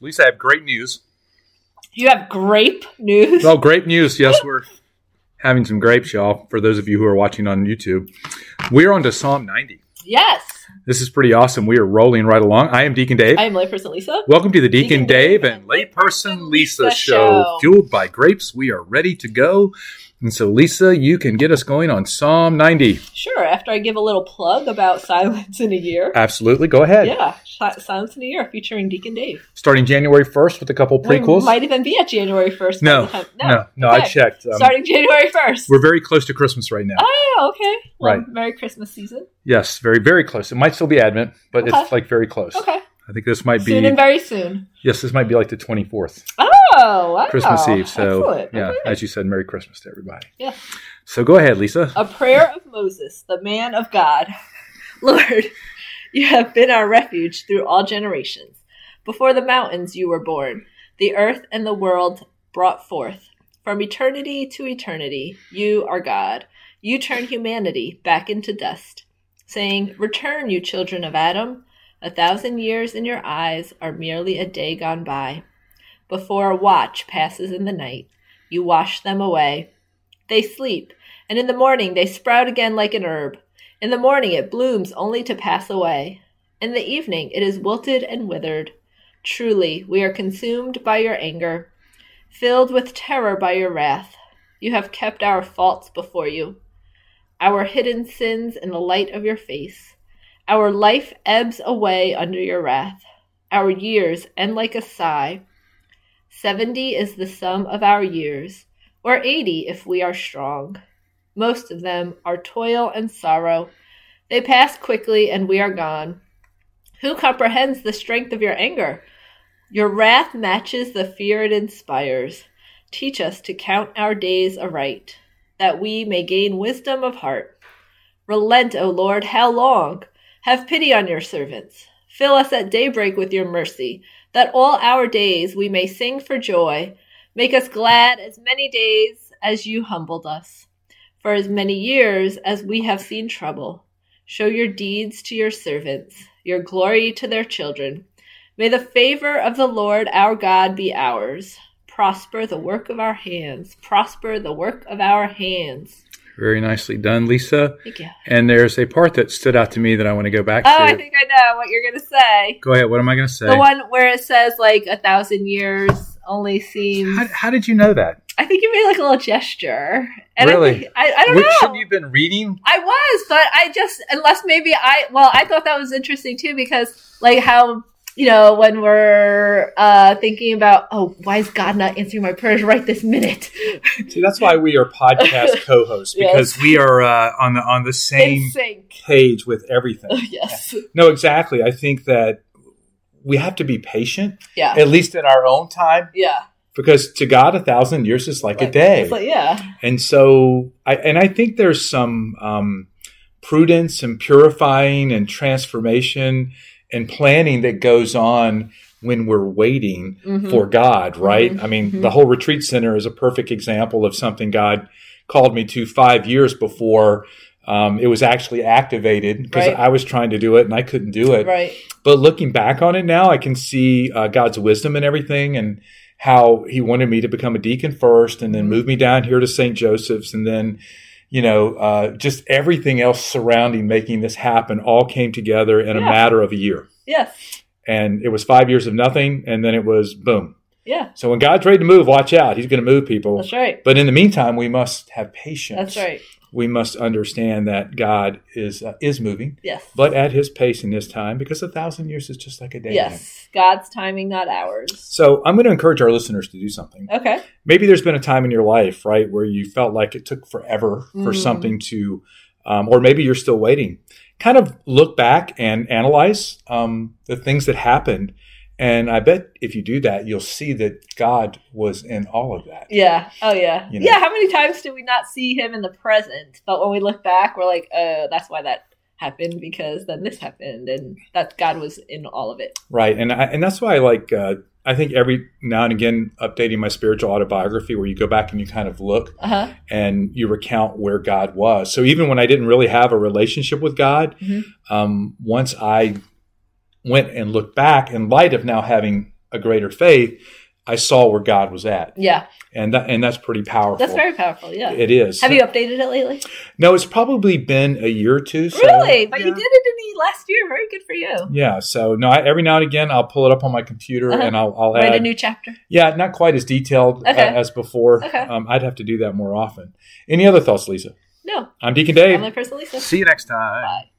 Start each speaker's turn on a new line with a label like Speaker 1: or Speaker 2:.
Speaker 1: At least I have great news.
Speaker 2: You have grape news.
Speaker 1: Well, grape news. Yes, we're having some grapes, y'all. For those of you who are watching on YouTube, we're on to Psalm 90.
Speaker 2: Yes.
Speaker 1: This is pretty awesome. We are rolling right along. I am Deacon Dave.
Speaker 2: I am layperson Lisa.
Speaker 1: Welcome to the Deacon,
Speaker 2: Deacon
Speaker 1: Dave
Speaker 2: Dave
Speaker 1: and Layperson Lisa
Speaker 2: Lisa
Speaker 1: show.
Speaker 2: Show.
Speaker 1: Fueled by grapes, we are ready to go. And so, Lisa, you can get us going on Psalm 90.
Speaker 2: Sure. After I give a little plug about Silence in a Year.
Speaker 1: Absolutely. Go ahead.
Speaker 2: Yeah, Si- Silence in a Year featuring Deacon Dave.
Speaker 1: Starting January 1st with a couple prequels.
Speaker 2: We might even be at January 1st. by
Speaker 1: no,
Speaker 2: the time-
Speaker 1: no, no, I
Speaker 2: Okay.
Speaker 1: checked. Um,
Speaker 2: Starting January 1st.
Speaker 1: we're very close to Christmas right now.
Speaker 2: Oh, okay. Well,
Speaker 1: Right.
Speaker 2: Merry Christmas season.
Speaker 1: Yes, very, very close. It might still be Advent, but
Speaker 2: Okay.
Speaker 1: it's like very close.
Speaker 2: Okay.
Speaker 1: I think this might
Speaker 2: Soon
Speaker 1: be,
Speaker 2: and very soon.
Speaker 1: yes, this might be like the 24th.
Speaker 2: Oh, wow.
Speaker 1: Christmas Eve. So,
Speaker 2: Excellent.
Speaker 1: yeah,
Speaker 2: Okay.
Speaker 1: as you said, Merry Christmas to everybody.
Speaker 2: Yeah.
Speaker 1: So go ahead, Lisa.
Speaker 2: A prayer of Moses, the man of God. Lord, you have been our refuge through all generations. Before the mountains you were born, the earth and the world brought forth. From eternity to eternity, you are God. You turn humanity back into dust, saying, Return, you children of Adam. A thousand years in your eyes are merely a day gone by. Before a watch passes in the night, you wash them away. They sleep, and in the morning they sprout again like an herb. In the morning it blooms only to pass away. In the evening it is wilted and withered. Truly, we are consumed by your anger, filled with terror by your wrath. You have kept our faults before you, our hidden sins in the light of your face. Our life ebbs away under your wrath, our years end like a sigh. Seventy is the sum of our years, or eighty if we are strong. Most of them are toil and sorrow. They pass quickly, and we are gone. Who comprehends the strength of your anger? Your wrath matches the fear it inspires. Teach us to count our days aright, that we may gain wisdom of heart. Relent, O Lord, how long? Have pity on your servants. Fill us at daybreak with your mercy, that all our days we may sing for joy. Make us glad as many days as you humbled us for as many years as we have seen trouble. Show your deeds to your servants, your glory to their children. May the favor of the Lord our God be ours. Prosper the work of our hands. Prosper the work of our hands.
Speaker 1: Very nicely done, Lisa.
Speaker 2: Thank you.
Speaker 1: And there's a part that stood out to me that I want to go back
Speaker 2: Oh,
Speaker 1: to.
Speaker 2: I think I know what you're going to say.
Speaker 1: go ahead. What am I going to say?
Speaker 2: The one where it says, like, a thousand years only seems.
Speaker 1: how, how did you know that?
Speaker 2: I think you made, like, a little gesture. I
Speaker 1: Really?
Speaker 2: think- I, I don't
Speaker 1: Which-
Speaker 2: know.
Speaker 1: Shouldn't you have been reading?
Speaker 2: I was, but I just unless maybe I well, I thought that was interesting too because like how you know when we're uh thinking about oh why is God not answering my prayers right this minute?
Speaker 1: See, that's why we are podcast co-hosts
Speaker 2: Yes.
Speaker 1: because we are uh, on the on the
Speaker 2: In
Speaker 1: same
Speaker 2: sync. Oh,
Speaker 1: page with everything.
Speaker 2: Yes.
Speaker 1: No, exactly. I think that we have to be patient,
Speaker 2: Yeah.
Speaker 1: at least in our own time,
Speaker 2: Yeah.
Speaker 1: because to God, a thousand years is like, a
Speaker 2: Like,
Speaker 1: day.
Speaker 2: It's like, yeah.
Speaker 1: and so I and I think there's some um, prudence and purifying and transformation and planning that goes on when we're waiting
Speaker 2: Mhm.
Speaker 1: for God, right?
Speaker 2: Mhm.
Speaker 1: I mean,
Speaker 2: Mhm.
Speaker 1: the whole retreat center is a perfect example of something God called me to five years before um, it was actually activated because
Speaker 2: Right.
Speaker 1: I was trying to do it and I couldn't do it.
Speaker 2: Right.
Speaker 1: But looking back on it now, I can see uh, God's wisdom and everything and how he wanted me to become a deacon first and then move me down here to St. Joseph's and then, you know, uh, just everything else surrounding making this happen all came together in a
Speaker 2: Yeah.
Speaker 1: matter of a year.
Speaker 2: Yes.
Speaker 1: And it was five years of nothing and then it was boom.
Speaker 2: Yeah.
Speaker 1: So when God's ready to move, watch out. He's going to move people.
Speaker 2: That's right.
Speaker 1: But in the meantime, we must have patience.
Speaker 2: That's right.
Speaker 1: We must understand that God is uh, is moving,
Speaker 2: Yes.
Speaker 1: but at His pace in His time, because a thousand years is just like a day.
Speaker 2: Yes. God's timing, not ours.
Speaker 1: So I'm going to encourage our listeners to do something.
Speaker 2: Okay.
Speaker 1: Maybe there's been a time in your life, right, where you felt like it took forever for
Speaker 2: Mhm.
Speaker 1: something to, um, or maybe you're still waiting. Kind of look back and analyze um, the things that happened. And I bet if you do that, you'll see that God was in all of that.
Speaker 2: Yeah. Oh, yeah.
Speaker 1: You know.
Speaker 2: Yeah. How many times do we not see him in the present? But when we look back, we're like, oh, that's why that happened because then this happened, and that God was in all of it.
Speaker 1: Right, and I, and that's why I like uh, I think every now and again updating my spiritual autobiography, where you go back and you kind of look
Speaker 2: Uh huh.
Speaker 1: and you recount where God was. So even when I didn't really have a relationship with God,
Speaker 2: Mhm.
Speaker 1: um, once I went and looked back in light of now having a greater faith, I saw where God was at,
Speaker 2: Yeah.
Speaker 1: and that and that's pretty powerful.
Speaker 2: That's very powerful. Yeah.
Speaker 1: It is.
Speaker 2: Have you updated it lately?
Speaker 1: No, it's probably been a year or two. So,
Speaker 2: really? But you
Speaker 3: Yeah.
Speaker 2: did it in the last year. Very good for you.
Speaker 1: Yeah. So no, I, every now and again I'll pull it up on my computer
Speaker 2: Uh-huh.
Speaker 1: and I'll, I'll
Speaker 2: Write a
Speaker 1: add.
Speaker 2: new chapter.
Speaker 1: yeah, not quite as detailed
Speaker 2: Okay.
Speaker 1: a- as before.
Speaker 2: Okay.
Speaker 1: Um, I'd have to do that more often. Any other thoughts, Lisa?
Speaker 2: No.
Speaker 1: I'm Deacon Dave.
Speaker 2: I'm my person Lisa.
Speaker 3: See you next time.
Speaker 2: Bye.